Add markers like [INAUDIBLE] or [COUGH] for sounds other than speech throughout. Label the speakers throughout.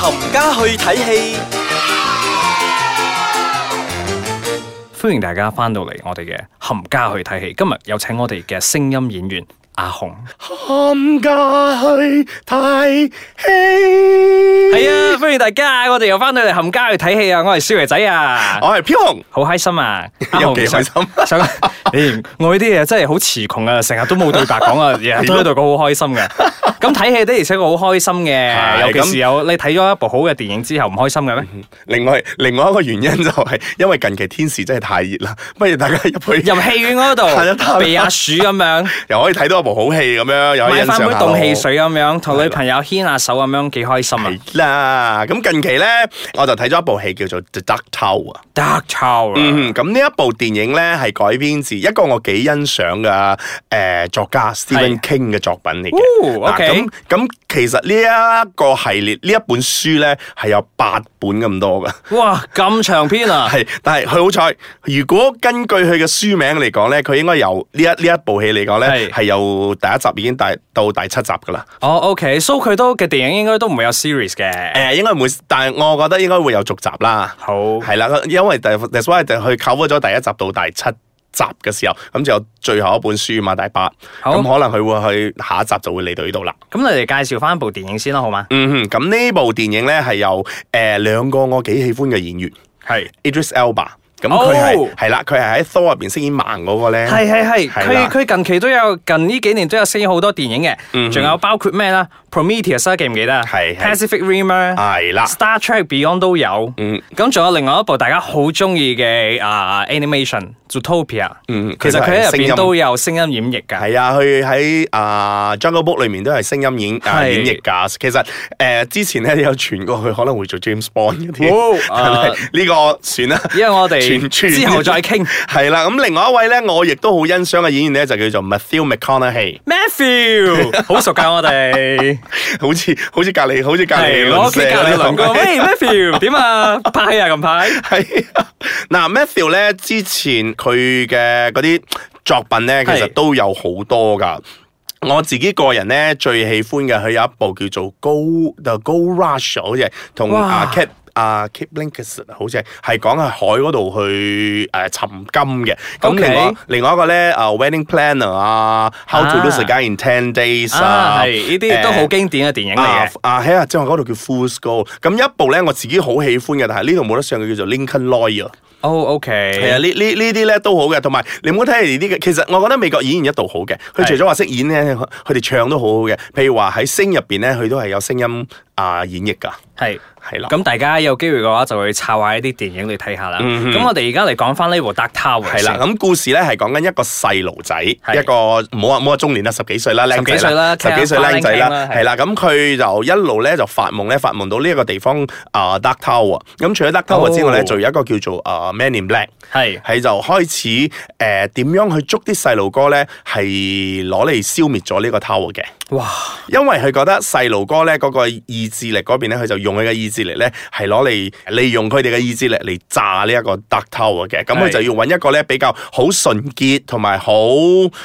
Speaker 1: 冚家去睇戲。
Speaker 2: 歡迎大家翻到嚟我哋嘅冚家去睇戲。今日有請我哋嘅聲音演員阿紅。
Speaker 3: 冚家去睇戲。
Speaker 2: 係啊， [LAUGHS] 歡迎大家，我哋又翻到嚟冚家去睇戲啊！我係少爺仔啊，
Speaker 3: 我係飄紅，
Speaker 2: 好開心啊！阿
Speaker 3: [LAUGHS] 有
Speaker 2: 紅
Speaker 3: 幾開心
Speaker 2: 想想 [LAUGHS] 誒我呢啲嘢真係好詞窮啊，成日都冇對白
Speaker 3: [LAUGHS]
Speaker 2: 講啊，日日都喺度講好開心嘅。咁睇戲的而且確好開心嘅，
Speaker 3: 係
Speaker 2: 尤其
Speaker 3: 咁嗯
Speaker 2: 是有你睇咗一部好嘅電影之後唔開心嘅咩？
Speaker 3: 另外另外一個原因就係因為近期天時真係太熱啦， [LAUGHS] 不如大家入去
Speaker 2: [LAUGHS] 入戲院
Speaker 3: [LAUGHS] 係
Speaker 2: 嗰
Speaker 3: 啊得
Speaker 2: 度
Speaker 3: 啦
Speaker 2: 避下暑咁
Speaker 3: [LAUGHS]
Speaker 2: 樣。
Speaker 3: 又可以睇到一部好戲咁樣，又可以
Speaker 2: 買
Speaker 3: 欣
Speaker 2: 翻杯
Speaker 3: 賞下咯
Speaker 2: 凍汽。水咁樣，同女朋友牽下手咁樣，幾開心啊
Speaker 3: 係啦，咁近期咧，我就睇咗一部戲叫做《The Dark Tower》啊。
Speaker 2: ！Dark Tower，啊
Speaker 3: 嗯，咁呢一部電影咧係改編自一個我幾欣賞嘅誒作家 Stephen King 嘅作品嚟嘅。啊
Speaker 2: 哦，OK
Speaker 3: 咁咁其實呢一個系列呢一本書咧係有八本咁多㗎。
Speaker 2: 哇，咁長篇啊！
Speaker 3: 係，但係佢好彩，如果根據佢嘅書名嚟講咧，佢應該由呢一呢一部戲嚟講
Speaker 2: 係
Speaker 3: 咧，係由第一集已經第到第七集噶啦。
Speaker 2: [LAUGHS] 哦，OK，so 佢都嘅電影應該都唔會有 series
Speaker 3: 誒、
Speaker 2: 嘅。
Speaker 3: 應該唔會，但係我覺得應該會有續集啦。
Speaker 2: 好，
Speaker 3: 係啦，因為第 that's why 就佢 cover 咗第一集到第七集嘅時候，咁就有最後一本書嘛，第八。
Speaker 2: 好
Speaker 3: 咁可能佢會去下一集就會嚟到呢度啦。
Speaker 2: 咁你哋介紹翻部電影先啦，好嗎？
Speaker 3: 嗯哼，咁呢部電影咧係由誒兩、個我幾喜歡嘅演員
Speaker 2: 係，
Speaker 3: Idris Elba，咁
Speaker 2: 哦
Speaker 3: 佢係係啦，佢係喺 Thor 入邊飾演盲嗰個咧。
Speaker 2: 係係係，
Speaker 3: 係啦
Speaker 2: 佢佢近期都有，近呢幾年都有寫好多電影嘅，仲有包括咩啦？Prometheus 啊記唔記得啊
Speaker 3: 係係
Speaker 2: ？Pacific Rim 啊
Speaker 3: 係啦。
Speaker 2: Star Trek Beyond 都有。
Speaker 3: 嗯
Speaker 2: 咁仲有另外一部大家好中意嘅啊 animation Zootopia。
Speaker 3: 嗯，
Speaker 2: 其實佢喺入
Speaker 3: 聲
Speaker 2: 邊
Speaker 3: 音
Speaker 2: 都有聲音演繹㗎。
Speaker 3: 係啊，佢喺啊 Jungle Book 裏面都係聲音演啊
Speaker 2: 係
Speaker 3: 演繹㗎。其實誒、呃之前咧有傳過佢可能會做 James Bond 嗰
Speaker 2: 哇
Speaker 3: 啲，但 [LAUGHS] 係呢個算啦。
Speaker 2: 啊因為我哋
Speaker 3: 全全
Speaker 2: 之後再傾。
Speaker 3: [LAUGHS] 係啦，咁另外一位咧，我亦都好欣賞嘅演員咧，就叫做 Matthew McConaughey，
Speaker 2: Matthew 好熟㗎，我哋
Speaker 3: 好似好似隔離，好似隔離
Speaker 2: 係我屋企隔離鄰居。喂，Matthew 點啊？拍戲啊近排？
Speaker 3: 係啊嗱，Matthew 咧之前佢嘅嗰啲作品咧，其實
Speaker 2: 係
Speaker 3: 都有好多噶。我自己個人咧最喜歡嘅，佢有一部叫做《Go The Go Rush》，好似係同
Speaker 2: 哇
Speaker 3: 阿 Kate 阿 Kate Blanchett 好似係係講喺海嗰度去誒尋金嘅。咁
Speaker 2: OK
Speaker 3: 另外另外一個咧啊 Wedding Planner 啊，How to Lose a Guy in Ten Days 啊，
Speaker 2: 啊係呢啲都好
Speaker 3: 誒
Speaker 2: 經典嘅電影嚟
Speaker 3: 啊
Speaker 2: 嘅。
Speaker 3: 啊喺啊！之後嗰度叫 Fool's Gold，咁一部咧我自己好喜歡嘅，但係呢度冇得上嘅叫做 Lincoln Lawyer。
Speaker 2: 哦
Speaker 3: 係啊，
Speaker 2: ，OK，
Speaker 3: 呢呢呢啲咧都好嘅，同埋你唔好睇人哋啲嘅，其實我覺得美國演員一度好嘅，佢除咗話識演咧，佢佢哋唱都好好嘅。譬如話喺聲入邊咧，佢都係有聲音啊、演繹㗎，
Speaker 2: 係。
Speaker 3: 係啦。
Speaker 2: 咁大家有機會嘅話，就去抄下呢啲電影嚟睇下啦。
Speaker 3: 嗯
Speaker 2: 咁我哋而家嚟講翻呢部《Dark Tower》
Speaker 3: 係啦，
Speaker 2: 先。
Speaker 3: 咁故事咧係講緊一個細路仔，一個唔好話唔好話中年啦，十幾歲啦，僆
Speaker 2: 十幾
Speaker 3: 仔
Speaker 2: 歲啦
Speaker 3: 十幾歲
Speaker 2: 聽下
Speaker 3: 僆仔
Speaker 2: 聽啦
Speaker 3: 啦，
Speaker 2: 係
Speaker 3: 係啦，咁佢就一路咧就發夢咧，發夢到呢一個地方啊 Dark Tower。咁除咗 Dark Tower 之外
Speaker 2: 哦
Speaker 3: 咧，仲有一個叫做啊 Man in Black。
Speaker 2: 係
Speaker 3: 係就開始誒點、樣去捉啲細路哥咧，係攞嚟消滅咗呢個 tower 嘅，
Speaker 2: 哇，
Speaker 3: 因為佢覺得細路哥咧嗰、個意志力嗰邊咧，佢就用佢嘅意志力咧，係攞嚟利用佢哋嘅意志力嚟炸呢一個 dark tower 嘅，咁
Speaker 2: 係
Speaker 3: 佢就要揾一個咧比較好純潔同埋好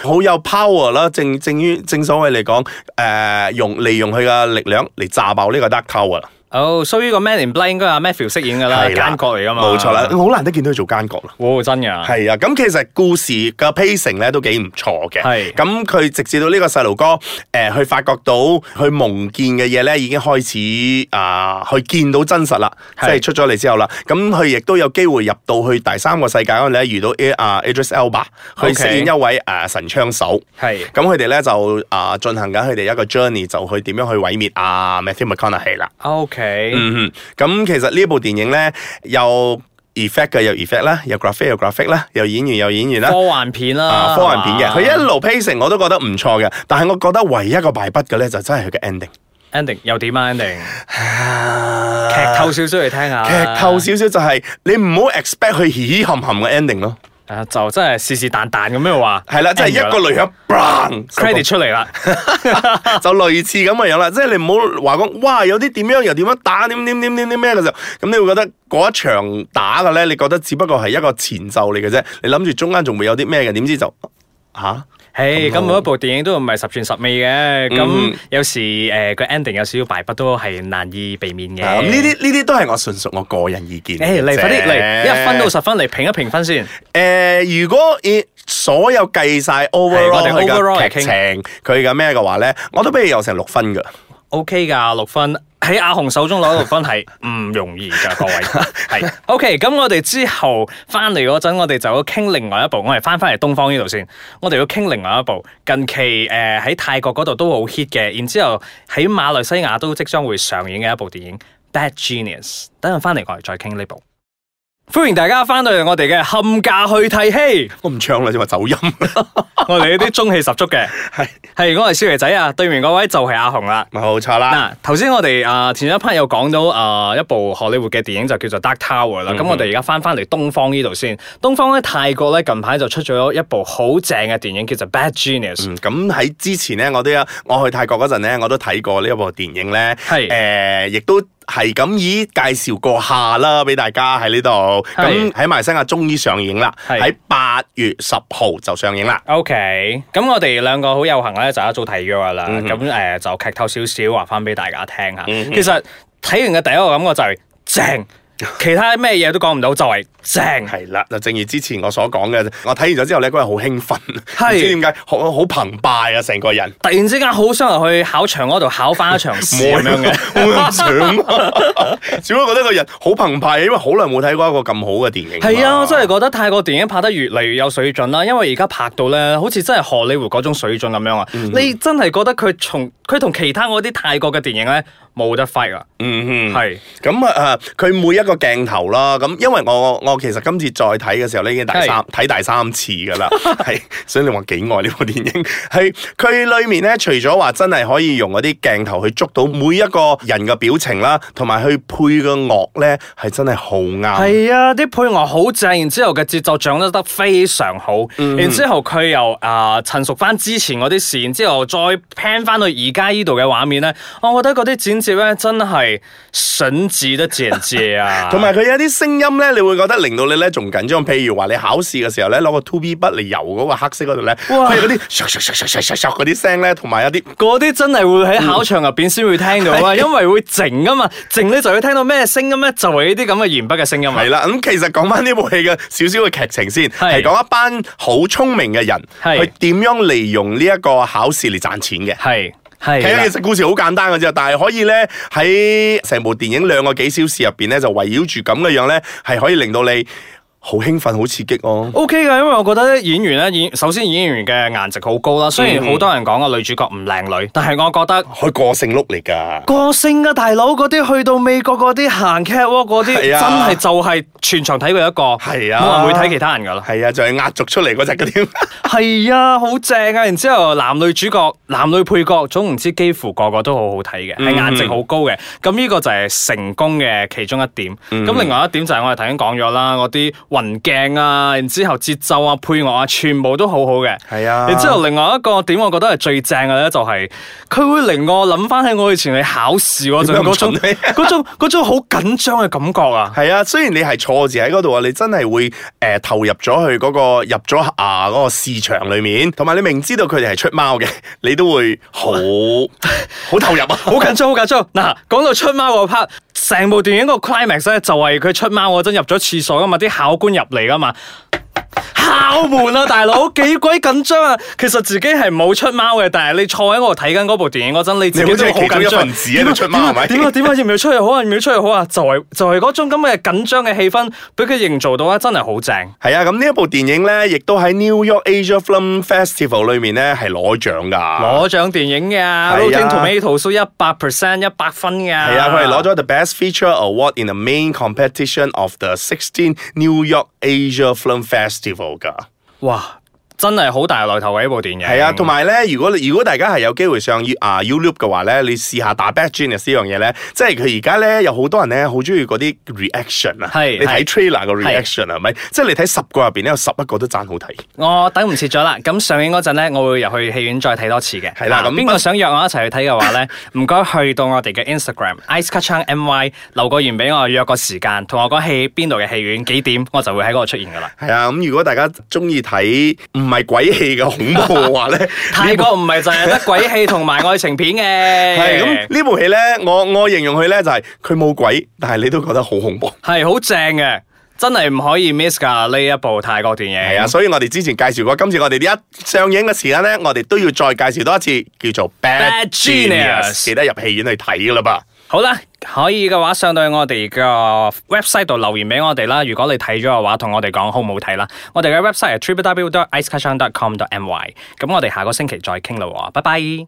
Speaker 3: 好有 power 啦，正正於正所謂嚟講誒用利用佢嘅力量嚟炸爆呢個 dark tower 啦，
Speaker 2: 哦，所以個 Man in Black 應該阿 Matthew 飾演㗎啦，
Speaker 3: 係啦
Speaker 2: 啊奸角嚟㗎嘛。
Speaker 3: 冇錯啦，好難得見到佢做奸角啦。
Speaker 2: 哦，真㗎。
Speaker 3: 係啊，咁其實故事嘅 pacing 咧都幾唔錯嘅。
Speaker 2: 係
Speaker 3: 咁佢直至到呢個細路哥，誒、去發覺到佢夢見嘅嘢咧，已經開始啊、去見到真實啦，即
Speaker 2: 係
Speaker 3: 係出咗嚟之後啦。咁佢亦都有機會入到去第三個世界嗰陣咧，遇到 A 啊 Idris Elba，佢
Speaker 2: OK
Speaker 3: 飾演一位誒、啊神槍手。
Speaker 2: 係。
Speaker 3: 咁佢哋咧就啊進行緊佢哋一個 journey，就去點樣去毀滅啊 Matthew McConaughey 啦。
Speaker 2: OK。
Speaker 3: 嗯哼，咁其實呢部電影咧有 effect 嘅，有 effect 啦，有 graphic 有 graphic 啦，有演員有演員啦。
Speaker 2: 科幻片啦，
Speaker 3: 啊，科幻片嘅，
Speaker 2: 係嘛
Speaker 3: 佢一路 pacing 我都覺得唔錯嘅，但係我覺得唯一一個敗筆嘅咧就真係佢嘅 ending。
Speaker 2: ending 又點啊 ending？劇
Speaker 3: 劇
Speaker 2: 透少少嚟聽下，
Speaker 3: 劇透少少就係你唔好 expect 佢嘻嘻含含嘅 ending 咯，
Speaker 2: 啊，就真係是是但但咁樣話，
Speaker 3: 係啦，即係
Speaker 2: end 咗
Speaker 3: 一個雷響 bang
Speaker 2: credit 出
Speaker 3: [LAUGHS]
Speaker 2: 嚟啦， [LAUGHS]
Speaker 3: 就類似咁嘅樣啦，即係你唔好話講哇有啲點樣又點樣打點點點點點咩嘅時候，咁你會覺得嗰一場打嘅咧，你覺得只不過係一個前奏嚟嘅啫，你諗住中間仲會有啲咩嘅，點知就嚇
Speaker 2: 唉，咁每一部電影都唔係十全十美嘅，
Speaker 3: 嗯
Speaker 2: 咁有時誒個 ending 有少少敗筆都係難以避免嘅。
Speaker 3: 啊咁呢啲呢啲都係我純屬我個人意見。
Speaker 2: 誒嚟快啲嚟，一分到
Speaker 3: 誒、
Speaker 2: 十分嚟評一評分先。
Speaker 3: 如果以所有計晒
Speaker 2: 我
Speaker 3: overall
Speaker 2: 哋
Speaker 3: 佢
Speaker 2: overall
Speaker 3: 嘅
Speaker 2: 嚟傾
Speaker 3: 劇情，佢嘅咩嘅話咧，我都俾佢有成六分㗎。
Speaker 2: OK 噶六分喺阿紅手中攞六分係唔容易噶，各位係 OK。咁我哋之後翻嚟嗰陣，我哋就要傾另外一部，我哋翻翻嚟東方呢度先，我哋要傾另外一部近期誒喺、泰國嗰度都好 hit 嘅，然之後喺馬來西亞都即將會上映嘅一部電影《Bad Genius》。等陣翻嚟我哋再傾呢部。歡迎大家翻到嚟我哋嘅冚家去睇戲，
Speaker 3: 我唔唱啦，啫嘛走
Speaker 2: [LAUGHS]
Speaker 3: 音。
Speaker 2: 我哋呢啲中氣十足嘅
Speaker 3: 係
Speaker 2: 係我係少爺仔啊，對面嗰位就係阿紅啦。
Speaker 3: 冇錯啦。
Speaker 2: 嗱，頭先我哋啊、前一 part 有講到啊、一部荷里活嘅電影就叫做《Dark Tower》啦。咁、
Speaker 3: 嗯
Speaker 2: 我哋而家翻翻嚟東方呢度先。東方咧泰國咧近排就出咗一部好正嘅電影叫做《Bad Genius》。
Speaker 3: 嗯咁喺之前咧，我都有我去泰國嗰陣咧，我都睇過呢一部電影咧。
Speaker 2: 係
Speaker 3: 誒、亦都係咁以介紹過下啦，俾大家喺呢度。
Speaker 2: 係
Speaker 3: 咁喺馬來西亞終於上映啦，
Speaker 2: 係
Speaker 3: 喺八月十號就上映啦。
Speaker 2: OK，咁我哋兩個好有幸咧，就一早睇咗噶啦。
Speaker 3: 嗯
Speaker 2: 咁誒、就劇透少少話翻俾大家聽下。其實睇完嘅第一個感覺就係
Speaker 3: [LAUGHS]
Speaker 2: 正，其他咩嘢都講唔到，就係正。
Speaker 3: 係啦，就正如之前我所講嘅，我睇完咗之後咧，嗰日好興奮，
Speaker 2: 係
Speaker 3: 唔知點解好好澎湃啊，成個人。
Speaker 2: 突然之間好想入去考場嗰度考翻一場
Speaker 3: 啊
Speaker 2: 試咁樣嘅。
Speaker 3: 我 [LAUGHS] 唔想啊，只不過覺得個人好澎湃，因為好耐冇睇過一個咁好嘅電影。
Speaker 2: 係啊，我真係覺得泰國電影拍得越嚟越有水準啦，因為而家拍到咧，好似真係荷里活嗰種水準咁樣啊！你真係覺得佢從佢同其他嗰啲泰國嘅電影咧冇得 fight 啊！
Speaker 3: 嗯嗯。
Speaker 2: 係
Speaker 3: 咁啊，誒佢每一個鏡頭啦，咁因為我我其實今次再睇嘅時候咧，已經第三
Speaker 2: 係
Speaker 3: 睇第三次㗎
Speaker 2: [LAUGHS]
Speaker 3: 啦，係，所以你話幾愛呢部電影？係佢裏面咧，除咗話真係可以用嗰啲鏡頭去捉到每一個人嘅表情啦，同埋去配嘅樂咧，係真係好啱。
Speaker 2: 係啊，啲配樂好正，然之後嘅節奏掌握得非常好，然之後佢又啊陳述翻之前嗰啲事，然之後再 pan 翻去而家呢度嘅畫面咧，我覺得嗰啲剪接咧真係神級得剪接啊！
Speaker 3: 同埋佢有啲聲音咧，你會覺得令到你咧仲緊張。譬如話你考試嘅時候咧，攞個 two B 筆嚟油嗰個黑色嗰度咧，
Speaker 2: 哇
Speaker 3: 佢有嗰啲唰唰唰唰唰唰嗰啲聲咧，同埋有啲
Speaker 2: 嗰啲真係會
Speaker 3: 嗯
Speaker 2: 喺考場入邊先會聽到啊，因為會靜啊嘛，靜咧就會聽到咩聲音咧，就係呢啲咁嘅鉛筆嘅聲音
Speaker 3: [LAUGHS]
Speaker 2: 啊
Speaker 3: 係。啦，咁其實講翻呢部戲嘅少少嘅劇情先，
Speaker 2: 係
Speaker 3: 係講一班好聰明嘅人，
Speaker 2: 係
Speaker 3: 佢點樣利用呢一個考試嚟賺錢嘅。
Speaker 2: 係
Speaker 3: 啊其實
Speaker 2: 係
Speaker 3: 其實故事好簡單嘅啫，但係可以咧喺成部電影兩個幾小時入邊咧，就圍繞住咁嘅樣咧，係可以令到你好興奮、好刺激哦。
Speaker 2: O K 噶，因為我覺得演員咧演，首先演員嘅顏值好高啦。
Speaker 3: 嗯
Speaker 2: 雖然好多人講個女主角唔靚女，但係我覺得
Speaker 3: 開個性碌嚟㗎，
Speaker 2: 個性啊，大佬嗰啲去到美國嗰啲行 catwalk 嗰啲，
Speaker 3: 係
Speaker 2: 真
Speaker 3: 啊
Speaker 2: 係就係全場睇佢一個，
Speaker 3: 係啊
Speaker 2: 冇人會睇其他人噶啦。
Speaker 3: 係啊，就係壓軸出嚟嗰只嗰啲。
Speaker 2: 係啊，好正啊！然之後男女主角、男女配角，總言之幾乎個個都好好睇嘅，
Speaker 3: 嗯
Speaker 2: 係顏值好高嘅。咁呢個就係成功嘅其中一點。咁、
Speaker 3: 嗯
Speaker 2: 另外一點就係我哋頭先講咗啦，嗰啲雲鏡啊，然之後節奏啊、配樂啊，全部都好好嘅。
Speaker 3: 係啊
Speaker 2: 然之後另外一個點，我覺得係最正嘅咧，就係佢會令我諗翻起我以前去考試嗰陣
Speaker 3: 點解咁
Speaker 2: 嗰種
Speaker 3: 蠢啊呢
Speaker 2: 嗰種嗰種好緊張嘅感覺啊！
Speaker 3: 係啊，雖然你係坐字喺嗰度啊，你真係會誒、呃投入咗去嗰、個入咗啊嗰個市場裏面，同埋你明知道佢哋係出貓嘅， [LAUGHS] 你都會好
Speaker 2: [LAUGHS]
Speaker 3: 好投入啊！
Speaker 2: 好緊張，好緊張。嗱，講到出貓嗰 part，成部電影個 climax 咧就係佢出貓嗰陣入咗廁所噶嘛，啲考官入嚟噶嘛。敲門啊，大佬幾鬼緊張啊！其實自己係冇出貓嘅，但係你坐喺我度睇緊嗰部電影嗰陣，你 [LAUGHS] 自己都好
Speaker 3: 你好似係
Speaker 2: 緊
Speaker 3: 其中
Speaker 2: 張。
Speaker 3: 一份子喺度出貓係咪
Speaker 2: 點啊點啊，要唔要出去好啊？要唔要出去好啊？就係就係嗰種咁嘅緊張嘅氣氛，俾佢營造到啊，真係好正。
Speaker 3: 係啊，咁呢一部電影咧，亦都喺 New York Asia Film Festival 裏面咧係攞獎㗎。
Speaker 2: 攞獎電影嘅
Speaker 3: 啊
Speaker 2: ，Rotten Tomatoes 一百 percent 一百分嘅。
Speaker 3: 係啊，佢係攞咗 The Best Feature Award in the Main Competition of the 16 New York Asia Film Festival 㗎。
Speaker 2: 哇，真係好大來頭嘅一部電影。
Speaker 3: 係啊，同埋咧，如果你如果大家係有機會上 U 啊 YouTube 嘅話咧，你試下打 Bad Genius 呢樣嘢咧，即係佢而家咧有好多人咧好中意嗰啲 reaction 啊，
Speaker 2: 係
Speaker 3: 你
Speaker 2: 係
Speaker 3: 睇 trailer 個 reaction 係咪？即係你睇十個入邊咧有十一個都讚好睇，
Speaker 2: 我等唔切咗啦，咁上映嗰陣咧，我會入去戲院再睇多次嘅。
Speaker 3: 係啦
Speaker 2: 嗱
Speaker 3: 咁
Speaker 2: 邊個想約我一齊去睇嘅話 [LAUGHS] 咧，唔該去到我哋嘅 Instagram Ice c a t c h a n My 留個言俾我，約個時間，
Speaker 3: 啊
Speaker 2: 同我講戲邊度嘅戲院幾點，我就會喺嗰度出現噶啦。
Speaker 3: 係啊，咁如果大家中意睇唔係係鬼戲嘅恐怖嘅
Speaker 2: [LAUGHS]
Speaker 3: 話咧，
Speaker 2: 泰國唔係就係得鬼戲同埋愛情片
Speaker 3: 系
Speaker 2: 嘅，
Speaker 3: 咁呢部戲咧，我我形容佢咧就係佢冇鬼，但係你都覺得好恐怖。
Speaker 2: 係好正嘅，真係唔可以 miss 㗎呢一部泰國電影。
Speaker 3: 係啊，所以我哋之前介紹過，今次我哋呢一上映嘅時間咧，我哋都要再介紹多一次，叫做
Speaker 2: Bad
Speaker 3: Bad
Speaker 2: Genius
Speaker 3: Genius，記得入戲院去睇噶啦噃。
Speaker 2: 好啦，可以嘅話上到我哋嘅 website 度留言俾我哋啦。如果你睇咗嘅話，同我哋講好唔好睇啦。我哋嘅 website 係 www.icekacang.com.my。咁我哋下個星期再傾啦喎，拜拜。